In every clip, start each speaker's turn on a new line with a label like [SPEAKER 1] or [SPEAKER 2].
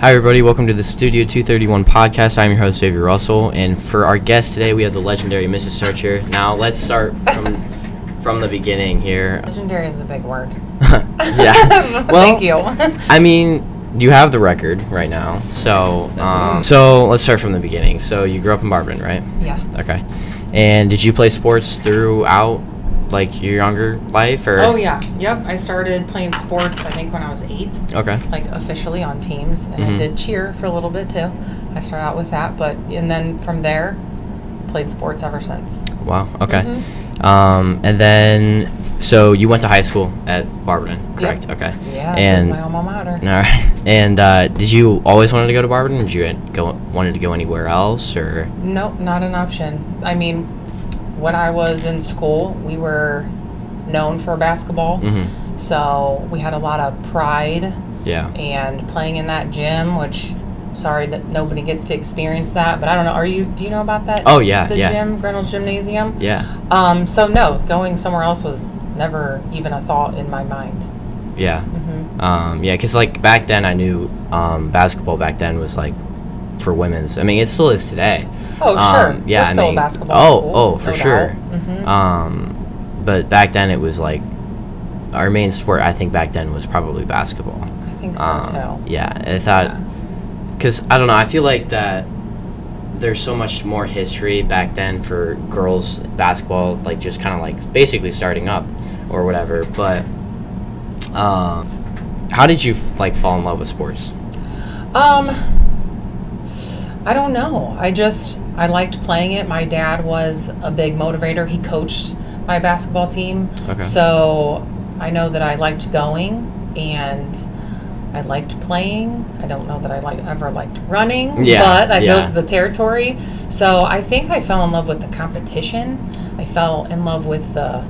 [SPEAKER 1] Hi, everybody. Welcome to the Studio 231 podcast. I'm your host, Xavier Russell, and for our guest today, we have the legendary Mrs. Searcher. Now, let's start from from the beginning here.
[SPEAKER 2] Legendary is a big word.
[SPEAKER 1] yeah.
[SPEAKER 2] Thank you.
[SPEAKER 1] I mean, you have the record right now, so um, so let's start from the beginning. So you grew up in Barberton, right?
[SPEAKER 2] yeah.
[SPEAKER 1] Okay. And did you play sports throughout like your younger life, or
[SPEAKER 2] Oh yeah. Yep. I started playing sports I think when I was eight,
[SPEAKER 1] Okay.
[SPEAKER 2] like officially on teams, and
[SPEAKER 1] Mhm.
[SPEAKER 2] I did cheer for a little bit too. I started out with that, but and then from there, played sports ever since.
[SPEAKER 1] Wow. Okay.
[SPEAKER 2] Mm-hmm.
[SPEAKER 1] Um, and then, so you went to high school at Barberton,
[SPEAKER 2] Yep.
[SPEAKER 1] correct? Okay.
[SPEAKER 2] Yeah. This is
[SPEAKER 1] And
[SPEAKER 2] my alma mater.
[SPEAKER 1] all right. And uh, did you always wanted to go to Barberton? Did you go wanted to go anywhere else, or
[SPEAKER 2] Nope, not an option. I mean, when I was in school, we were known for basketball,
[SPEAKER 1] Mhm.
[SPEAKER 2] so we had a lot of pride
[SPEAKER 1] yeah?
[SPEAKER 2] and playing in that gym, which sorry that nobody gets to experience that, but I don't know. Are you? Do you know about that?
[SPEAKER 1] Oh, yeah,
[SPEAKER 2] the
[SPEAKER 1] yeah.
[SPEAKER 2] gym, Grinnell's Gymnasium.
[SPEAKER 1] Yeah.
[SPEAKER 2] Um, so no, going somewhere else was never even a thought in my mind.
[SPEAKER 1] Yeah.
[SPEAKER 2] hmm
[SPEAKER 1] Um, yeah. Because like back then, I knew um, basketball back then was like for women's. I mean, it still is today.
[SPEAKER 2] Oh
[SPEAKER 1] Um,
[SPEAKER 2] sure,
[SPEAKER 1] yeah,
[SPEAKER 2] We're
[SPEAKER 1] I
[SPEAKER 2] still
[SPEAKER 1] mean-
[SPEAKER 2] a basketball
[SPEAKER 1] oh,
[SPEAKER 2] school.
[SPEAKER 1] oh, for
[SPEAKER 2] no
[SPEAKER 1] sure.
[SPEAKER 2] hmm
[SPEAKER 1] Um, but back then it was like our main sport. I think back then was probably basketball.
[SPEAKER 2] I think so
[SPEAKER 1] Um,
[SPEAKER 2] too.
[SPEAKER 1] yeah, I thought because I don't know. I feel like that there's so much more history back then for girls basketball, like just kind of like basically starting up or whatever. But um, how did you like fall in love with sports?
[SPEAKER 2] Um, I don't know. I just I liked playing it. My dad was a big motivator. He coached my basketball team,
[SPEAKER 1] Okay.
[SPEAKER 2] so I know that I liked going and I liked playing. I don't know that I like ever liked running,
[SPEAKER 1] Yeah,
[SPEAKER 2] but I,
[SPEAKER 1] yeah.
[SPEAKER 2] those are the territory. So I think I fell in love with the competition. I fell in love with the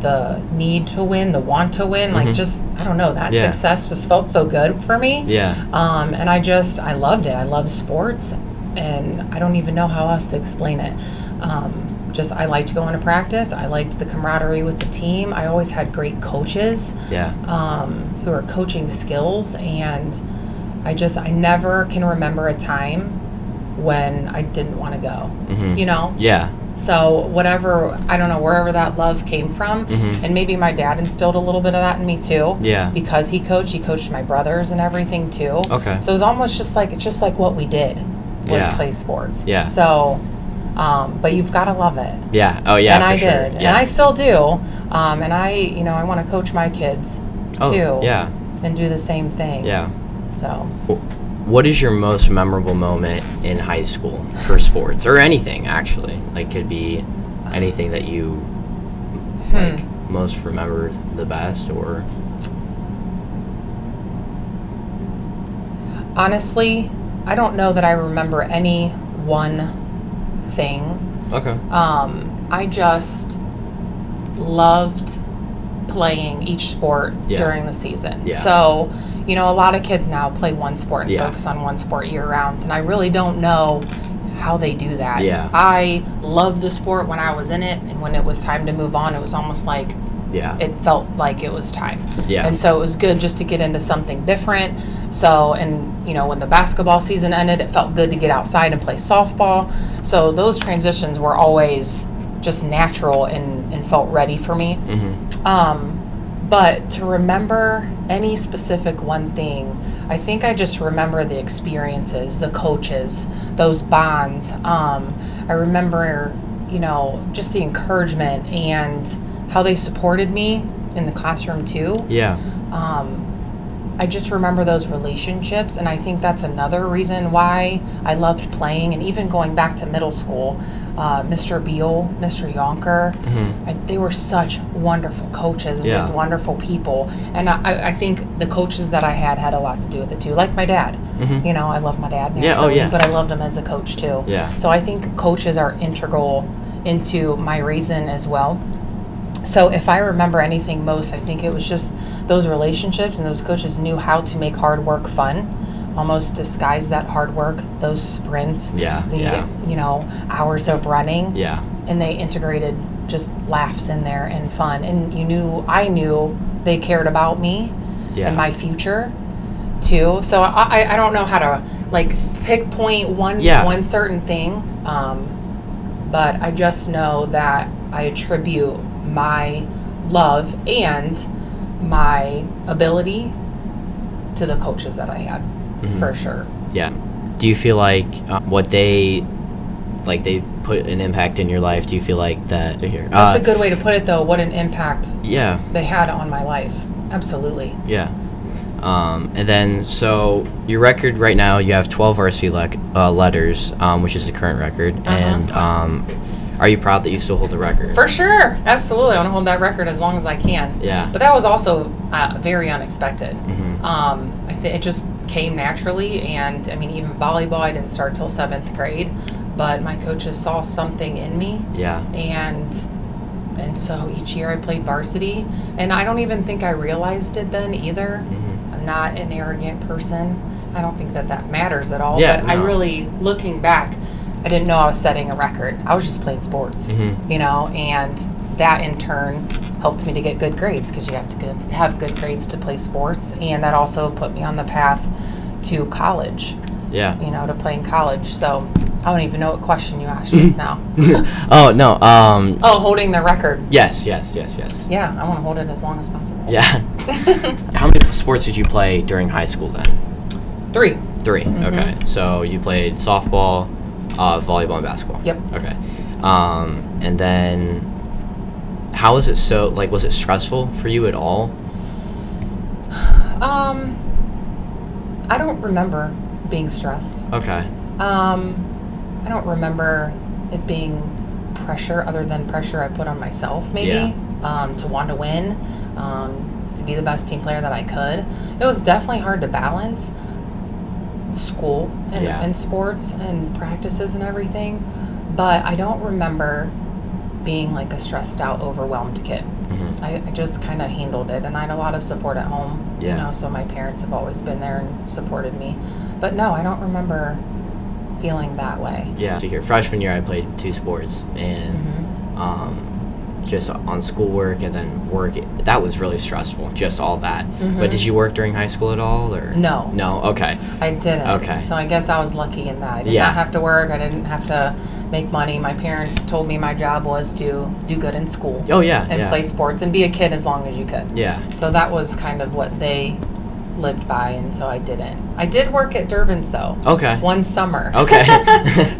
[SPEAKER 2] the need to win, the want to win.
[SPEAKER 1] Mhm.
[SPEAKER 2] Like just I don't know that
[SPEAKER 1] Yeah.
[SPEAKER 2] success just felt so good for me.
[SPEAKER 1] Yeah,
[SPEAKER 2] Um, and I just, I loved it. I love sports, and I don't even know how else to explain it. Um, just, I liked going to practice. I liked the camaraderie with the team. I always had great coaches
[SPEAKER 1] yeah,
[SPEAKER 2] um, who are coaching skills, and I just, I never can remember a time when I didn't want to go.
[SPEAKER 1] hmm
[SPEAKER 2] You know,
[SPEAKER 1] yeah,
[SPEAKER 2] so whatever I don't know wherever that love came from,
[SPEAKER 1] Mhm.
[SPEAKER 2] and maybe my dad instilled a little bit of that in me too.
[SPEAKER 1] Yeah.
[SPEAKER 2] Because he coached, he coached my brothers and everything too.
[SPEAKER 1] Okay.
[SPEAKER 2] So it was almost just like it's just like what we did was
[SPEAKER 1] Yeah.
[SPEAKER 2] play sports.
[SPEAKER 1] Yeah.
[SPEAKER 2] So, um, but you've got to love it.
[SPEAKER 1] yeah. Oh yeah,
[SPEAKER 2] and
[SPEAKER 1] for
[SPEAKER 2] I
[SPEAKER 1] sure.
[SPEAKER 2] did,
[SPEAKER 1] Yeah.
[SPEAKER 2] and I still do. Um, and I, you know, I want to coach my kids
[SPEAKER 1] oh,
[SPEAKER 2] too,
[SPEAKER 1] Yeah,
[SPEAKER 2] and do the same thing.
[SPEAKER 1] yeah.
[SPEAKER 2] So
[SPEAKER 1] What is your most memorable moment in high school for sports or anything actually? Like could be anything that you
[SPEAKER 2] hmm.
[SPEAKER 1] like most remember the best or
[SPEAKER 2] honestly, I don't know that I remember any one thing
[SPEAKER 1] Okay.
[SPEAKER 2] um, I just loved playing each sport
[SPEAKER 1] Yeah.
[SPEAKER 2] during the season.
[SPEAKER 1] Yeah.
[SPEAKER 2] So, you know, a lot of kids now play one sport and
[SPEAKER 1] Yeah.
[SPEAKER 2] focus on one sport year round, and I really don't know how they do that.
[SPEAKER 1] Yeah.
[SPEAKER 2] I loved the sport when I was in it, and when it was time to move on, it was almost like
[SPEAKER 1] Yeah.
[SPEAKER 2] it felt like it was time.
[SPEAKER 1] yeah.
[SPEAKER 2] And so it was good just to get into something different. So, and you know, when the basketball season ended, it felt good to get outside and play softball. So those transitions were always just natural and, and felt ready for me.
[SPEAKER 1] hmm
[SPEAKER 2] Um, but to remember any specific one thing, I think I just remember the experiences, the coaches, those bonds. Um, I remember, you know, just the encouragement and how they supported me in the classroom too
[SPEAKER 1] Yeah.
[SPEAKER 2] um, I just remember those relationships, and I think that's another reason why I loved playing. And even going back to middle school, uh, Mr. Beal, Mr. Yonker,
[SPEAKER 1] hmm
[SPEAKER 2] I, they were such wonderful coaches and
[SPEAKER 1] Yeah.
[SPEAKER 2] just wonderful people. And I, I- I think the coaches that I had had a lot to do with it too, like my dad.
[SPEAKER 1] hmm
[SPEAKER 2] You know, I love my dad,
[SPEAKER 1] Yeah, oh,
[SPEAKER 2] naturally,
[SPEAKER 1] yeah.
[SPEAKER 2] but I loved him as a coach too.
[SPEAKER 1] Yeah.
[SPEAKER 2] So I think coaches are integral into my reason as well. So if I remember anything most, I think it was just those relationships and those coaches knew how to make hard work fun, almost disguise that hard work, those sprints,
[SPEAKER 1] Yeah.
[SPEAKER 2] the
[SPEAKER 1] yeah.
[SPEAKER 2] you know hours of running,
[SPEAKER 1] Yeah.
[SPEAKER 2] and they integrated just laughs in there and fun, and you knew I knew they cared about me
[SPEAKER 1] Yeah.
[SPEAKER 2] and my future too. So I, I- I don't know how to like pick point one
[SPEAKER 1] Yeah.
[SPEAKER 2] one certain thing, um, but I just know that I attribute my love and my ability to the coaches that I had
[SPEAKER 1] Mm-hmm.
[SPEAKER 2] for sure.
[SPEAKER 1] Yeah. Do you feel like uh, what they like they put an impact in your life? Do you feel like that here?
[SPEAKER 2] That's
[SPEAKER 1] uh,
[SPEAKER 2] a good way to put it, though. What an impact
[SPEAKER 1] yeah,
[SPEAKER 2] they had on my life. Absolutely.
[SPEAKER 1] yeah. Um, and then so your record right now, you have 12 varsity lec uh, letters, um, which is the current record. And um, are you proud that you still hold the record?
[SPEAKER 2] For sure. Absolutely. I want to hold that record as long as I can.
[SPEAKER 1] yeah.
[SPEAKER 2] But that was also uh, very unexpected.
[SPEAKER 1] hmm
[SPEAKER 2] Um, I think it just came naturally. And I mean, even volleyball, I didn't start till seventh grade, but my coaches saw something in me.
[SPEAKER 1] Yeah.
[SPEAKER 2] And and so each year I played varsity. And I don't even think I realized it then either.
[SPEAKER 1] hmm
[SPEAKER 2] I'm not an arrogant person. I don't think that that matters at all.
[SPEAKER 1] Yeah,
[SPEAKER 2] but I
[SPEAKER 1] no.
[SPEAKER 2] really, looking back, I didn't know I was setting a record. I was just playing sports,
[SPEAKER 1] hmm
[SPEAKER 2] you know, and that in turn helped me to get good grades because you have to good, have good grades to play sports. And that also put me on the path to college,
[SPEAKER 1] Yeah.
[SPEAKER 2] you know, to play in college. So I don't even know what question you asked just now.
[SPEAKER 1] oh no. Um.
[SPEAKER 2] Oh, holding the record.
[SPEAKER 1] Yes. Yes. Yes. Yes.
[SPEAKER 2] Yeah, I want to hold it as long as possible.
[SPEAKER 1] Yeah. How many sports did you play during high school then?
[SPEAKER 2] Three.
[SPEAKER 1] 3
[SPEAKER 2] Mm-hmm.
[SPEAKER 1] Okay. So you played softball, uh, volleyball, and basketball.
[SPEAKER 2] Yep.
[SPEAKER 1] Okay. Um, and then, how was it so? Like, was it stressful for you at all?
[SPEAKER 2] Um, I don't remember being stressed.
[SPEAKER 1] Okay.
[SPEAKER 2] Um, I don't remember it being pressure other than pressure I put on myself, maybe,
[SPEAKER 1] Yeah.
[SPEAKER 2] um, to want to win, um, to be the best team player that I could. It was definitely hard to balance school and,
[SPEAKER 1] Yeah.
[SPEAKER 2] and sports and practices and everything, but I don't remember being like a stressed out, overwhelmed kid.
[SPEAKER 1] hmm
[SPEAKER 2] I, I just kind of handled it, and I had a lot of support at home.
[SPEAKER 1] Yeah.
[SPEAKER 2] You know, so my parents have always been there and supported me. But no, I don't remember feeling that way.
[SPEAKER 1] Yeah. So here, freshman year, I played two sports and
[SPEAKER 2] Mm-hmm.
[SPEAKER 1] um, just on schoolwork and then work. That was really stressful. Just all that. But did you work during high school at all or?
[SPEAKER 2] Mm-hmm. No.
[SPEAKER 1] No. Okay.
[SPEAKER 2] I didn't.
[SPEAKER 1] Okay.
[SPEAKER 2] So I guess I was lucky in that. I did
[SPEAKER 1] Yeah.
[SPEAKER 2] not have to work. I didn't have to make money. My parents told me my job was to do good in school
[SPEAKER 1] Oh yeah.
[SPEAKER 2] and
[SPEAKER 1] yeah.
[SPEAKER 2] play sports and be a kid as long as you could.
[SPEAKER 1] Yeah.
[SPEAKER 2] So that was kind of what they lived by, and so I didn't. I did work at Durbin's though.
[SPEAKER 1] Okay.
[SPEAKER 2] One summer.
[SPEAKER 1] Okay.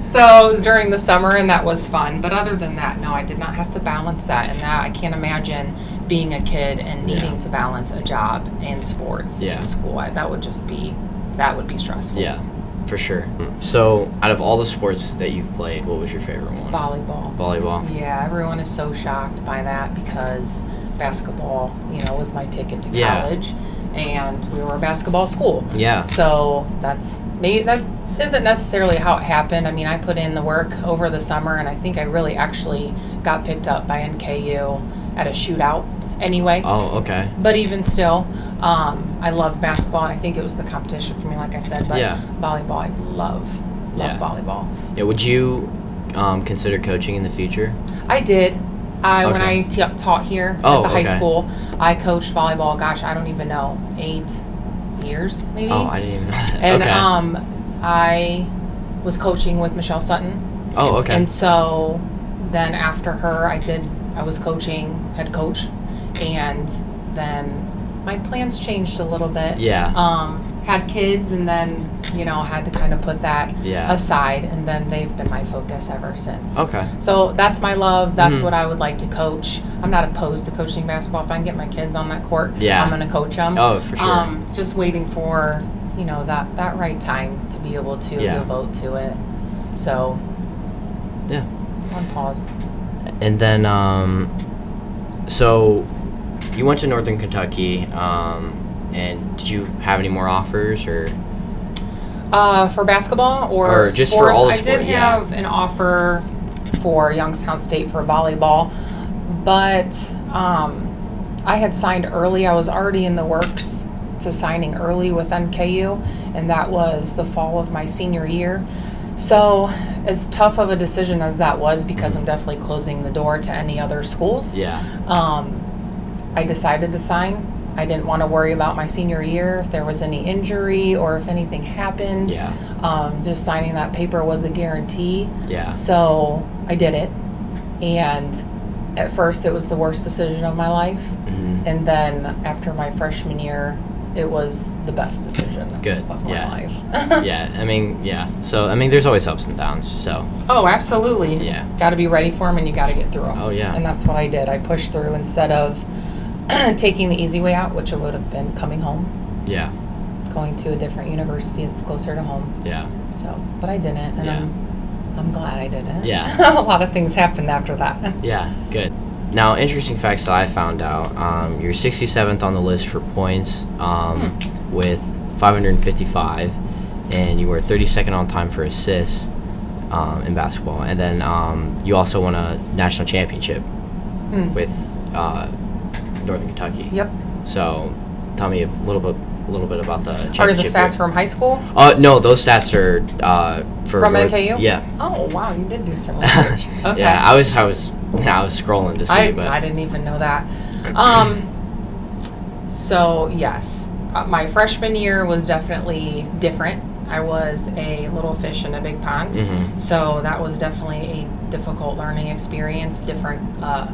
[SPEAKER 2] So it was during the summer, and that was fun. But other than that, no, I did not have to balance that. And that I can't imagine being a kid and
[SPEAKER 1] Yeah.
[SPEAKER 2] needing to balance a job and sports
[SPEAKER 1] Yeah.
[SPEAKER 2] and school. I, that would just be that would be stressful.
[SPEAKER 1] Yeah, for sure. So, out of all the sports that you've played, what was your favorite one?
[SPEAKER 2] Volleyball.
[SPEAKER 1] Volleyball.
[SPEAKER 2] Yeah, everyone is so shocked by that because basketball, you know, was my ticket to
[SPEAKER 1] Yeah.
[SPEAKER 2] college, and we were a basketball school.
[SPEAKER 1] Yeah.
[SPEAKER 2] So that's maybe that isn't necessarily how it happened. I mean, I put in the work over the summer, and I think I really actually got picked up by NKU at a shootout anyway.
[SPEAKER 1] Oh, okay.
[SPEAKER 2] But even still, um, I love basketball, and I think it was the competition for me, like I said. But
[SPEAKER 1] Yeah.
[SPEAKER 2] volleyball, I love love
[SPEAKER 1] Yeah.
[SPEAKER 2] volleyball.
[SPEAKER 1] Yeah. Would you um, consider coaching in the future?
[SPEAKER 2] I did. I when
[SPEAKER 1] Okay.
[SPEAKER 2] I t- taught here
[SPEAKER 1] Oh,
[SPEAKER 2] at the high
[SPEAKER 1] okay.
[SPEAKER 2] school, I coached volleyball. Gosh, I don't even know, eight years maybe.
[SPEAKER 1] Oh, I didn't even know that.
[SPEAKER 2] And
[SPEAKER 1] okay.
[SPEAKER 2] um, I was coaching with Michelle Sutton,
[SPEAKER 1] oh, okay.
[SPEAKER 2] and so then after her, I did. I was coaching head coach, and then my plans changed a little bit.
[SPEAKER 1] yeah.
[SPEAKER 2] Um, had kids, and then you know had to kind of put that
[SPEAKER 1] yeah.
[SPEAKER 2] aside, and then they've been my focus ever since.
[SPEAKER 1] Okay.
[SPEAKER 2] So that's my love. That's
[SPEAKER 1] Mhm.
[SPEAKER 2] what I would like to coach. I'm not opposed to coaching basketball. If I can get my kids on that court,
[SPEAKER 1] Yeah.
[SPEAKER 2] I'm going to coach them
[SPEAKER 1] Oh, for sure.
[SPEAKER 2] um, just waiting for you know that that right time to be able to
[SPEAKER 1] Yeah.
[SPEAKER 2] devote to it. So
[SPEAKER 1] Yeah.
[SPEAKER 2] on pause.
[SPEAKER 1] and then, um, so you went to Northern Kentucky, um, and did you have any more offers or?
[SPEAKER 2] Uh, for basketball or,
[SPEAKER 1] Or just for
[SPEAKER 2] sports,
[SPEAKER 1] all the
[SPEAKER 2] I
[SPEAKER 1] sport,
[SPEAKER 2] did
[SPEAKER 1] yeah.
[SPEAKER 2] have an offer for Youngstown State for volleyball, but um, I had signed early. I was already in the works to signing early with NKU, and that was the fall of my senior year. So, as tough of a decision as that was, because I'm definitely closing the door to any other schools,
[SPEAKER 1] Yeah.
[SPEAKER 2] um, I decided to sign. I I didn't want to worry about my senior year if there was any injury or if anything happened.
[SPEAKER 1] Yeah.
[SPEAKER 2] Um, just signing that paper was a guarantee.
[SPEAKER 1] Yeah.
[SPEAKER 2] So I did it. And at first, it was the worst decision of my life.
[SPEAKER 1] hmm
[SPEAKER 2] And then after my freshman year, it was the best decision
[SPEAKER 1] Good,
[SPEAKER 2] of my
[SPEAKER 1] yeah.
[SPEAKER 2] life.
[SPEAKER 1] yeah. I mean, yeah. So I mean, there's always ups and downs. So
[SPEAKER 2] Oh, absolutely.
[SPEAKER 1] yeah.
[SPEAKER 2] Got to be ready for them and you got to get through them.
[SPEAKER 1] Oh, yeah.
[SPEAKER 2] And that's what I did. I pushed through instead of taking the easy way out, which it would have been coming home,
[SPEAKER 1] Yeah.
[SPEAKER 2] going to a different university that's closer to home.
[SPEAKER 1] Yeah.
[SPEAKER 2] So, but I didn't. And
[SPEAKER 1] Yeah.
[SPEAKER 2] I'm, I'm glad I didn't.
[SPEAKER 1] Yeah.
[SPEAKER 2] a lot of things happened after that.
[SPEAKER 1] Yeah, good. Now, interesting facts that I found out. Um, you're 67th on the list for points um,
[SPEAKER 2] Hmm.
[SPEAKER 1] with 555, and you were 32nd on time for assists um, in basketball. And then um, you also won a national championship
[SPEAKER 2] Mm.
[SPEAKER 1] with uh, Northern Kentucky.
[SPEAKER 2] Yep.
[SPEAKER 1] So, tell me a little bit, a little bit about the championship.
[SPEAKER 2] Are the stats
[SPEAKER 1] year.
[SPEAKER 2] from high school?
[SPEAKER 1] Uh, no, those stats are uh, for
[SPEAKER 2] From
[SPEAKER 1] North-
[SPEAKER 2] NKU?
[SPEAKER 1] Yeah,
[SPEAKER 2] Oh, wow. You did do some research. Okay.
[SPEAKER 1] yeah. I was, I was, I was scrolling to see,
[SPEAKER 2] I,
[SPEAKER 1] but
[SPEAKER 2] I didn't even know that. Um, so yes, uh, my freshman year was definitely different. I was a little fish in a big pond,
[SPEAKER 1] Mhm.
[SPEAKER 2] so that was definitely a difficult learning experience, different uh,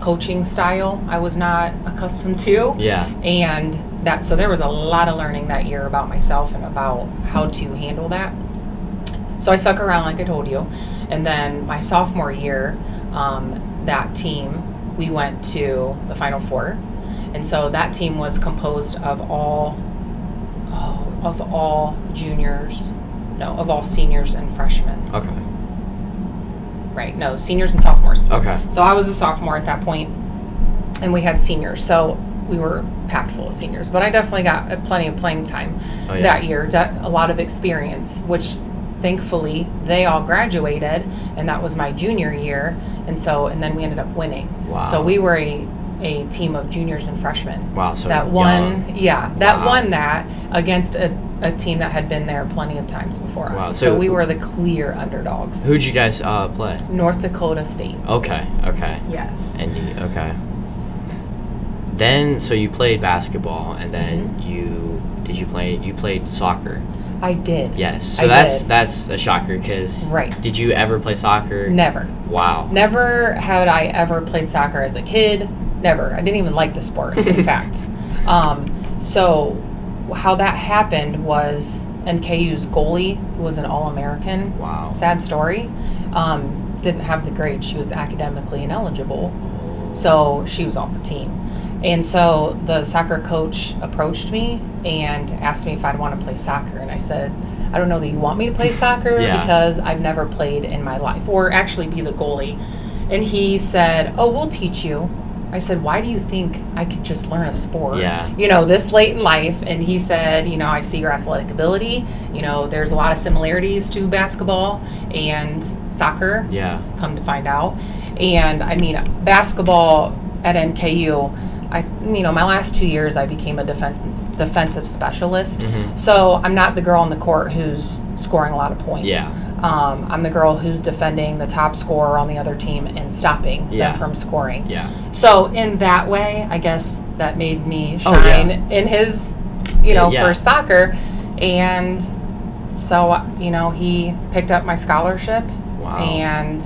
[SPEAKER 2] coaching style I was not accustomed to,
[SPEAKER 1] yeah,
[SPEAKER 2] and that so there was a lot of learning that year about myself and about how to handle that. So I stuck around, like I told you. And then my sophomore year, um, that team, we went to the Final Four. And so that team was composed of all, oh, of all juniors, no, of all seniors and freshmen,
[SPEAKER 1] okay.
[SPEAKER 2] right? No, seniors and sophomores.
[SPEAKER 1] Okay.
[SPEAKER 2] So I was a sophomore at that point, and we had seniors. So we were packed full of seniors, but I definitely got uh, plenty of playing time
[SPEAKER 1] Oh, yeah.
[SPEAKER 2] that year, de- a lot of experience, which thankfully they all graduated, and that was my junior year. And so, and then we ended up winning.
[SPEAKER 1] Wow.
[SPEAKER 2] So we were a, a team of juniors and freshmen.
[SPEAKER 1] Wow. So
[SPEAKER 2] that
[SPEAKER 1] young.
[SPEAKER 2] won, yeah, that
[SPEAKER 1] Wow.
[SPEAKER 2] won that against a, a team that had been there plenty of times before us.
[SPEAKER 1] Wow,
[SPEAKER 2] So,
[SPEAKER 1] so-
[SPEAKER 2] we were the clear underdogs.
[SPEAKER 1] Who'd you guys uh, play?
[SPEAKER 2] North Dakota State.
[SPEAKER 1] Okay. Okay.
[SPEAKER 2] Yes.
[SPEAKER 1] And you, okay. Then so you played basketball, and then
[SPEAKER 2] Mm-hmm.
[SPEAKER 1] you did you play you played soccer?
[SPEAKER 2] I did.
[SPEAKER 1] Yes. So
[SPEAKER 2] I
[SPEAKER 1] that's
[SPEAKER 2] did.
[SPEAKER 1] that's a shocker because
[SPEAKER 2] Right.
[SPEAKER 1] Did you ever play soccer?
[SPEAKER 2] Never.
[SPEAKER 1] Wow.
[SPEAKER 2] Never had I ever played soccer as a kid. Never. I didn't even like the sport, in fact. Um, so, how that happened was NKU's goalie, who was an All American,
[SPEAKER 1] Wow.
[SPEAKER 2] sad story, um, didn't have the grade. She was academically ineligible. So, she was off the team. And so, the soccer coach approached me and asked me if I'd want to play soccer. And I said, I don't know that you want me to play soccer
[SPEAKER 1] Yeah.
[SPEAKER 2] because I've never played in my life or actually be the goalie. And he said, Oh, we'll teach you. I said, Why do you think I could just learn a sport?
[SPEAKER 1] Yeah.
[SPEAKER 2] You know, this late in life. And he said, You know, I see your athletic ability. You know, there's a lot of similarities to basketball and soccer
[SPEAKER 1] Yeah.
[SPEAKER 2] come to find out. And I mean, basketball at NKU, I you know my last two years I became a defense defensive specialist.
[SPEAKER 1] Mhm.
[SPEAKER 2] So I'm not the girl on the court who's scoring a lot of points.
[SPEAKER 1] Yeah.
[SPEAKER 2] Um, I'm the girl who's defending the top scorer on the other team and stopping
[SPEAKER 1] Yeah.
[SPEAKER 2] them from scoring.
[SPEAKER 1] Yeah.
[SPEAKER 2] So in that way, I guess that made me
[SPEAKER 1] Oh, yeah.
[SPEAKER 2] shine in his, you know,
[SPEAKER 1] Yeah.
[SPEAKER 2] for soccer, and so you know he picked up my scholarship
[SPEAKER 1] Wow.
[SPEAKER 2] and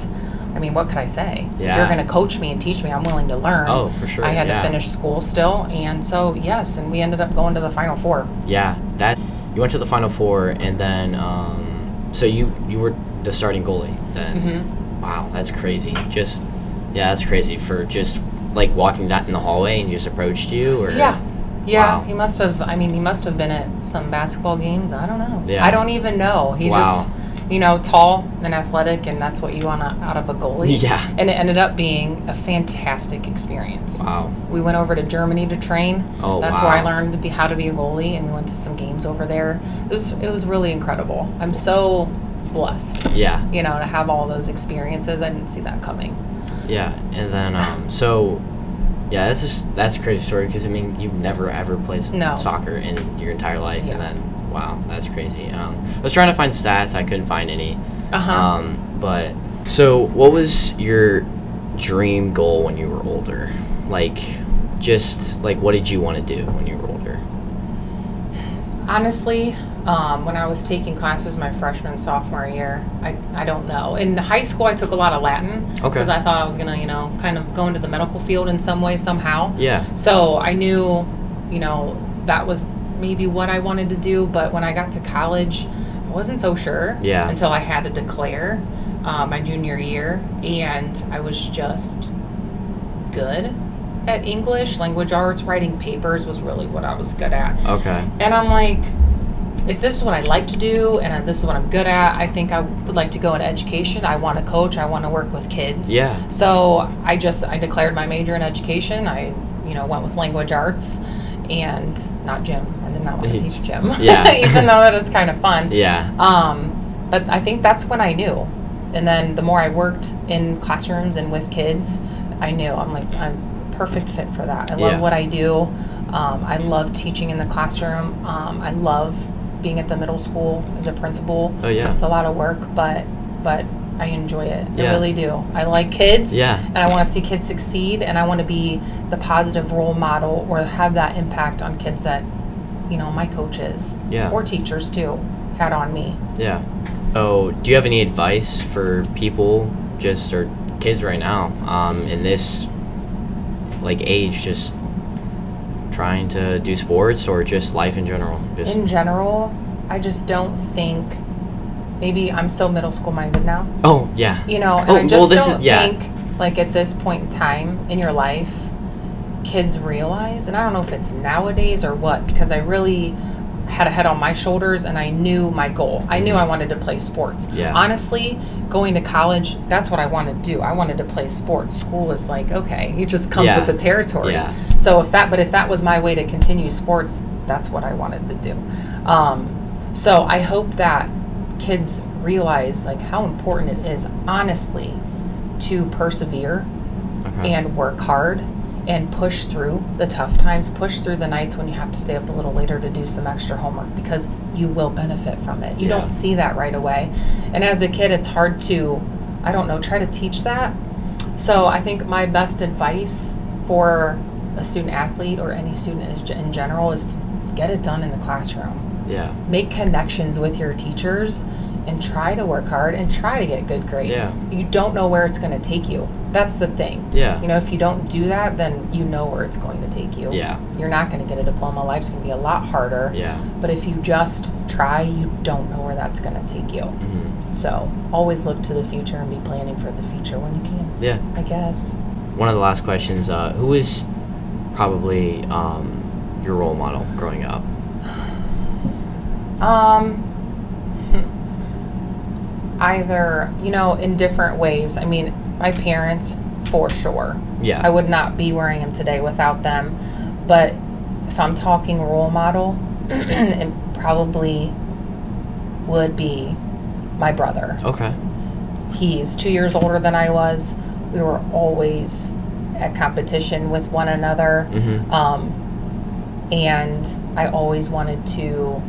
[SPEAKER 2] I mean, what could I say? If you're
[SPEAKER 1] Yeah.
[SPEAKER 2] going to coach me and teach me, I'm willing to learn.
[SPEAKER 1] oh, for sure.
[SPEAKER 2] I had
[SPEAKER 1] yeah.
[SPEAKER 2] to finish school still. And so, yes, and we ended up going to the Final Four.
[SPEAKER 1] Yeah. That you went to the final four, and then um, so you you were the starting goalie then.
[SPEAKER 2] Mm-hmm.
[SPEAKER 1] Wow, that's crazy. Just yeah, that's crazy for just like walking down in the hallway and just approached you or
[SPEAKER 2] Yeah. Yeah.
[SPEAKER 1] Wow.
[SPEAKER 2] He must have, I mean, he must have been at some basketball games. I don't know.
[SPEAKER 1] Yeah.
[SPEAKER 2] I don't even know. He
[SPEAKER 1] Wow.
[SPEAKER 2] just, you know, tall and athletic, and that's what you want out of a goalie.
[SPEAKER 1] Yeah.
[SPEAKER 2] And it ended up being a fantastic experience.
[SPEAKER 1] Wow.
[SPEAKER 2] We went over to Germany to train.
[SPEAKER 1] Oh
[SPEAKER 2] That's
[SPEAKER 1] wow.
[SPEAKER 2] where I learned to be how to be a goalie, and we went to some games over there. It was it was really incredible. I'm so blessed,
[SPEAKER 1] Yeah,
[SPEAKER 2] you know, to have all those experiences. I didn't see that coming.
[SPEAKER 1] yeah, and then um, so yeah, that's just that's a crazy story because I mean you've never ever played s-
[SPEAKER 2] No.
[SPEAKER 1] soccer in your entire life,
[SPEAKER 2] Yeah.
[SPEAKER 1] and then wow, that's crazy. Um, I was trying to find stats, I couldn't find any.
[SPEAKER 2] Uh huh.
[SPEAKER 1] Um, but so what was your dream goal when you were older? Like just like what did you want to do when you were older?
[SPEAKER 2] Honestly, um, when I was taking classes my freshman sophomore year, I, I don't know. In high school, I took a lot of Latin
[SPEAKER 1] Okay.
[SPEAKER 2] because I thought I was gonna you know kind of go into the medical field in some way somehow.
[SPEAKER 1] Yeah.
[SPEAKER 2] So I knew, you know, that was maybe what I wanted to do. But when I got to college, I wasn't so sure
[SPEAKER 1] Yeah.
[SPEAKER 2] until I had to declare uh, my junior year. And I was just good at English, language arts, writing papers was really what I was good at.
[SPEAKER 1] Okay.
[SPEAKER 2] And I'm like, if this is what I like to do and this is what I'm good at, I think I would like to go into education. I want to coach, I want to work with kids.
[SPEAKER 1] Yeah.
[SPEAKER 2] So I just I declared my major in education. I you know went with language arts and not gym. I did not want to teach gym.
[SPEAKER 1] Yeah.
[SPEAKER 2] Even though that is kind of fun.
[SPEAKER 1] Yeah.
[SPEAKER 2] Um, but I think that's when I knew. And then the more I worked in classrooms and with kids, I knew I'm like I'm perfect fit for that. I love
[SPEAKER 1] Yeah.
[SPEAKER 2] what I do. Um, I love teaching in the classroom. Um, I love being at the middle school as a principal.
[SPEAKER 1] Oh yeah.
[SPEAKER 2] It's a lot of work, but but I enjoy it. I
[SPEAKER 1] Yeah.
[SPEAKER 2] really do. I like kids.
[SPEAKER 1] Yeah.
[SPEAKER 2] And I want to see kids succeed, and I want to be the positive role model or have that impact on kids that, you know, my coaches
[SPEAKER 1] Yeah.
[SPEAKER 2] or teachers too had on me.
[SPEAKER 1] Yeah. Oh, do you have any advice for people just or kids right now um, in this like age just trying to do sports or just life in general? Just
[SPEAKER 2] In general, I just don't think maybe I'm so middle school minded now.
[SPEAKER 1] Oh, yeah.
[SPEAKER 2] you know, and
[SPEAKER 1] Oh,
[SPEAKER 2] I just
[SPEAKER 1] well, this
[SPEAKER 2] don't
[SPEAKER 1] is- yeah.
[SPEAKER 2] think like at this point in time in your life, kids realize, and I don't know if it's nowadays or what, because I really had a head on my shoulders and I knew my goal. I knew I wanted to play sports.
[SPEAKER 1] Mm-hmm. Yeah.
[SPEAKER 2] Honestly, going to college, that's what I wanted to do. I wanted to play sports. School was like, okay, it just comes
[SPEAKER 1] Yeah.
[SPEAKER 2] with the territory.
[SPEAKER 1] Yeah.
[SPEAKER 2] So if that, but if that was my way to continue sports, that's what I wanted to do. Um, so I hope that kids realize like how important it is, honestly, to persevere
[SPEAKER 1] Okay.
[SPEAKER 2] and work hard and push through the tough times, push through the nights when you have to stay up a little later to do some extra homework because you will benefit from it. You
[SPEAKER 1] Yeah.
[SPEAKER 2] don't see that right away. And as a kid, it's hard to, I don't know, try to teach that. So I think my best advice for a student athlete or any student is- in general is to get it done in the classroom
[SPEAKER 1] Yeah.
[SPEAKER 2] make connections with your teachers and try to work hard and try to get good grades.
[SPEAKER 1] Yeah.
[SPEAKER 2] You don't know where it's going to take you. That's the thing.
[SPEAKER 1] Yeah.
[SPEAKER 2] You know, if you don't do that, then you know where it's going to take you.
[SPEAKER 1] Yeah.
[SPEAKER 2] You're not going to get a diploma. Life's going to be a lot harder.
[SPEAKER 1] Yeah.
[SPEAKER 2] But if you just try, you don't know where that's going to take you.
[SPEAKER 1] hmm
[SPEAKER 2] So always look to the future and be planning for the future when you can,
[SPEAKER 1] Yeah.
[SPEAKER 2] I guess.
[SPEAKER 1] One of the last questions uh, Who is probably um, your role model growing up?
[SPEAKER 2] Um, either, you know, in different ways. I mean, my parents, for sure. I
[SPEAKER 1] Yeah.
[SPEAKER 2] would not be where I am today without them. But if I'm talking role model, it probably would be my brother.
[SPEAKER 1] Okay.
[SPEAKER 2] He's two years older than I was. We were always at competition with one another.
[SPEAKER 1] Mm-hmm.
[SPEAKER 2] Um, and I always wanted to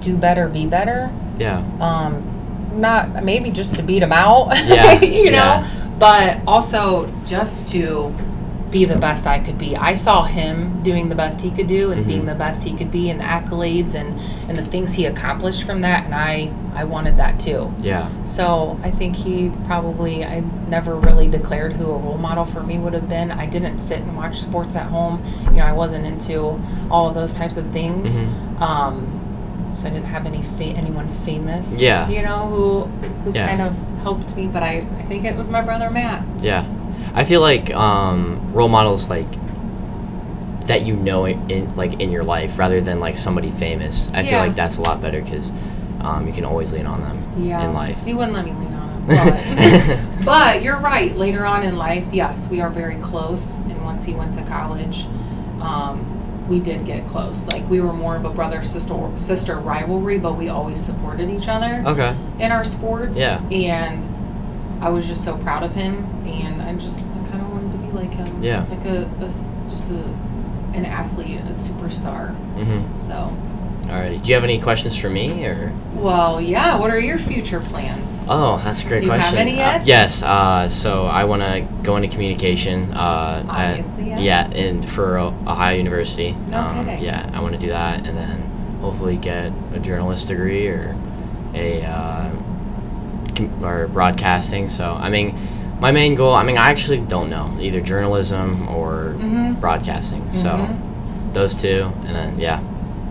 [SPEAKER 2] do better, be better.
[SPEAKER 1] Yeah.
[SPEAKER 2] Um, not maybe just to beat him out,
[SPEAKER 1] Yeah,
[SPEAKER 2] you know,
[SPEAKER 1] yeah.
[SPEAKER 2] but also just to be the best I could be. I saw him doing the best he could do and being
[SPEAKER 1] Mhm.
[SPEAKER 2] the best he could be, and the accolades and and the things he accomplished from that, and I I wanted that too.
[SPEAKER 1] Yeah.
[SPEAKER 2] So I think he probably, I never really declared who a role model for me would have been. I didn't sit and watch sports at home. You know, I wasn't into all of those types of things.
[SPEAKER 1] hmm
[SPEAKER 2] Um, so I didn't have any fa- anyone famous.
[SPEAKER 1] Yeah.
[SPEAKER 2] You know, who who
[SPEAKER 1] Yeah.
[SPEAKER 2] kind of helped me, but I, I think it was my brother Matt.
[SPEAKER 1] Yeah. I feel like um, role models like that you know in, in like in your life rather than like somebody famous. I feel
[SPEAKER 2] Yeah.
[SPEAKER 1] like that's a lot better because um, you can always lean on them
[SPEAKER 2] Yeah.
[SPEAKER 1] in life.
[SPEAKER 2] He wouldn't let me lean on him. But, but you're right. Later on in life, yes, we are very close. And once he went to college, um, we did get close. Like we were more of a brother sister sister rivalry, but we always supported each other
[SPEAKER 1] okay.
[SPEAKER 2] in our sports.
[SPEAKER 1] Yeah.
[SPEAKER 2] And I was just so proud of him, and I just I kind of wanted to be like him.
[SPEAKER 1] Yeah.
[SPEAKER 2] Like a, a s- just a an athlete, a superstar.
[SPEAKER 1] hmm
[SPEAKER 2] So
[SPEAKER 1] Alrighty. Do you have any questions for me or?
[SPEAKER 2] Well, yeah. What are your future plans?
[SPEAKER 1] Oh, that's a great
[SPEAKER 2] Do you have
[SPEAKER 1] question.
[SPEAKER 2] any
[SPEAKER 1] Uh,
[SPEAKER 2] yet?
[SPEAKER 1] yes. Uh, so I want to go into communication. Uh, at-
[SPEAKER 2] Obviously, yeah.
[SPEAKER 1] and for O- Ohio University. Um,
[SPEAKER 2] No kidding.
[SPEAKER 1] Yeah, I want to do that, and then hopefully get a journalist degree or a uh, com- or broadcasting. So I mean, my main goal. I mean, I actually don't know either journalism or
[SPEAKER 2] Mm-hmm.
[SPEAKER 1] broadcasting. So those two, and then yeah,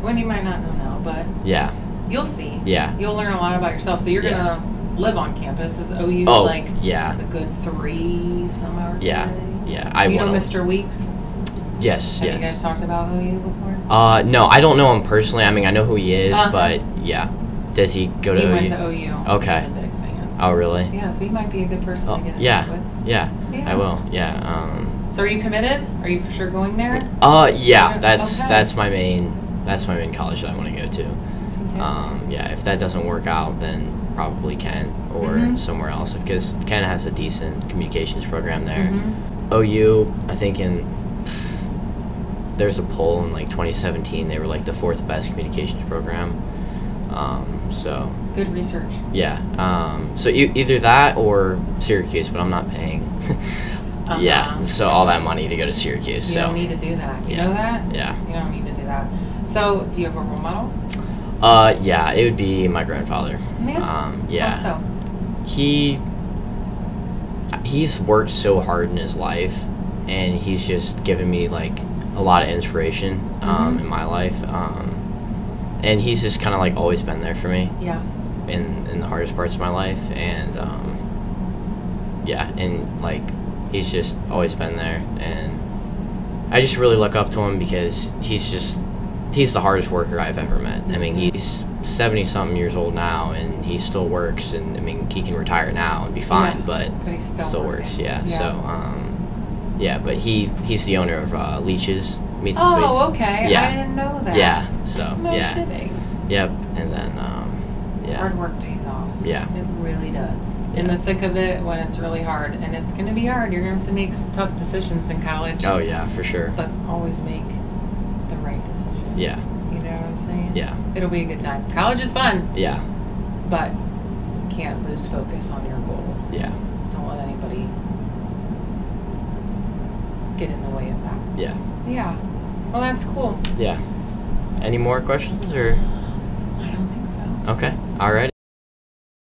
[SPEAKER 2] When you might not know now, but
[SPEAKER 1] yeah,
[SPEAKER 2] you'll see.
[SPEAKER 1] yeah.
[SPEAKER 2] You'll learn a lot about yourself. So you're
[SPEAKER 1] Yeah.
[SPEAKER 2] gonna live on campus. Is OU's
[SPEAKER 1] oh,
[SPEAKER 2] like
[SPEAKER 1] yeah,
[SPEAKER 2] a good three some hours?
[SPEAKER 1] Yeah.
[SPEAKER 2] away?
[SPEAKER 1] yeah. I
[SPEAKER 2] you know
[SPEAKER 1] want.
[SPEAKER 2] Mr. Weeks.
[SPEAKER 1] Yes,
[SPEAKER 2] Have
[SPEAKER 1] yes.
[SPEAKER 2] you guys talked about OU before?
[SPEAKER 1] Uh, no, I don't know him personally. I mean, I know who he is,
[SPEAKER 2] Uh-huh.
[SPEAKER 1] but yeah. Does he go to?
[SPEAKER 2] he went
[SPEAKER 1] OU?
[SPEAKER 2] to OU.
[SPEAKER 1] Okay.
[SPEAKER 2] He's a big fan.
[SPEAKER 1] oh, really?
[SPEAKER 2] Yeah, so he might be a good person
[SPEAKER 1] Oh,
[SPEAKER 2] to get in
[SPEAKER 1] yeah.
[SPEAKER 2] touch with.
[SPEAKER 1] Yeah,
[SPEAKER 2] Yeah.
[SPEAKER 1] I will. Yeah. Um.
[SPEAKER 2] So are you committed? Are you for sure going there?
[SPEAKER 1] Uh, yeah. That's
[SPEAKER 2] Okay.
[SPEAKER 1] that's my main that's my main college that I want to go to.
[SPEAKER 2] Fantastic.
[SPEAKER 1] Um, yeah. If that doesn't work out, then probably Kent or
[SPEAKER 2] Mhm.
[SPEAKER 1] somewhere else because Kent has a decent communications program there.
[SPEAKER 2] Mhm.
[SPEAKER 1] OU, I think in there's a poll in like 2017 they were like the fourth best communications program. Um, so
[SPEAKER 2] Good research.
[SPEAKER 1] Yeah. Um, so e- either that or Syracuse, but I'm not paying.
[SPEAKER 2] Uh-huh.
[SPEAKER 1] Yeah. So all that money to go to Syracuse.
[SPEAKER 2] You don't
[SPEAKER 1] so
[SPEAKER 2] need to do that. You
[SPEAKER 1] Yeah.
[SPEAKER 2] know that?
[SPEAKER 1] yeah.
[SPEAKER 2] You don't need to do that. So do you have a role model?
[SPEAKER 1] Uh, yeah. It would be my grandfather.
[SPEAKER 2] Yeah.
[SPEAKER 1] Um, yeah.
[SPEAKER 2] Also.
[SPEAKER 1] He he's worked so hard in his life, and he's just given me like a lot of inspiration um,
[SPEAKER 2] Mhm.
[SPEAKER 1] in my life. Um, and he's just kind of like always been there for me.
[SPEAKER 2] Yeah.
[SPEAKER 1] in in the hardest parts of my life and um yeah and like he's just always been there and i just really look up to him because he's just he's the hardest worker i've ever met i mean
[SPEAKER 2] Mm-hmm.
[SPEAKER 1] he's 70 something years old now and he still works and i mean he can retire now and be fine
[SPEAKER 2] Yeah.
[SPEAKER 1] but
[SPEAKER 2] But he's still,
[SPEAKER 1] still,
[SPEAKER 2] working.
[SPEAKER 1] works yeah, so um yeah but he he's the owner of uh, leeches meats and sweets
[SPEAKER 2] Oh, okay.
[SPEAKER 1] Yeah.
[SPEAKER 2] I didn't know that.
[SPEAKER 1] yeah so
[SPEAKER 2] No
[SPEAKER 1] yeah
[SPEAKER 2] kidding.
[SPEAKER 1] yep and then um yeah
[SPEAKER 2] Hard work pays off.
[SPEAKER 1] yeah
[SPEAKER 2] It really does. In the thick of it, when it's really hard, and it's going to be hard, you're going to have to make s- tough decisions in college.
[SPEAKER 1] oh yeah for sure
[SPEAKER 2] But always make the right decision.
[SPEAKER 1] Yeah,
[SPEAKER 2] You know what I'm saying?
[SPEAKER 1] yeah,
[SPEAKER 2] It'll be a good time. College is fun,
[SPEAKER 1] yeah,
[SPEAKER 2] but you can't lose focus on your goal.
[SPEAKER 1] yeah,
[SPEAKER 2] Don't let anybody get in the way of that.
[SPEAKER 1] yeah,
[SPEAKER 2] Yeah. Well, that's cool.
[SPEAKER 1] yeah. Any more questions or?
[SPEAKER 2] I don't think so.
[SPEAKER 1] Okay, alrighty.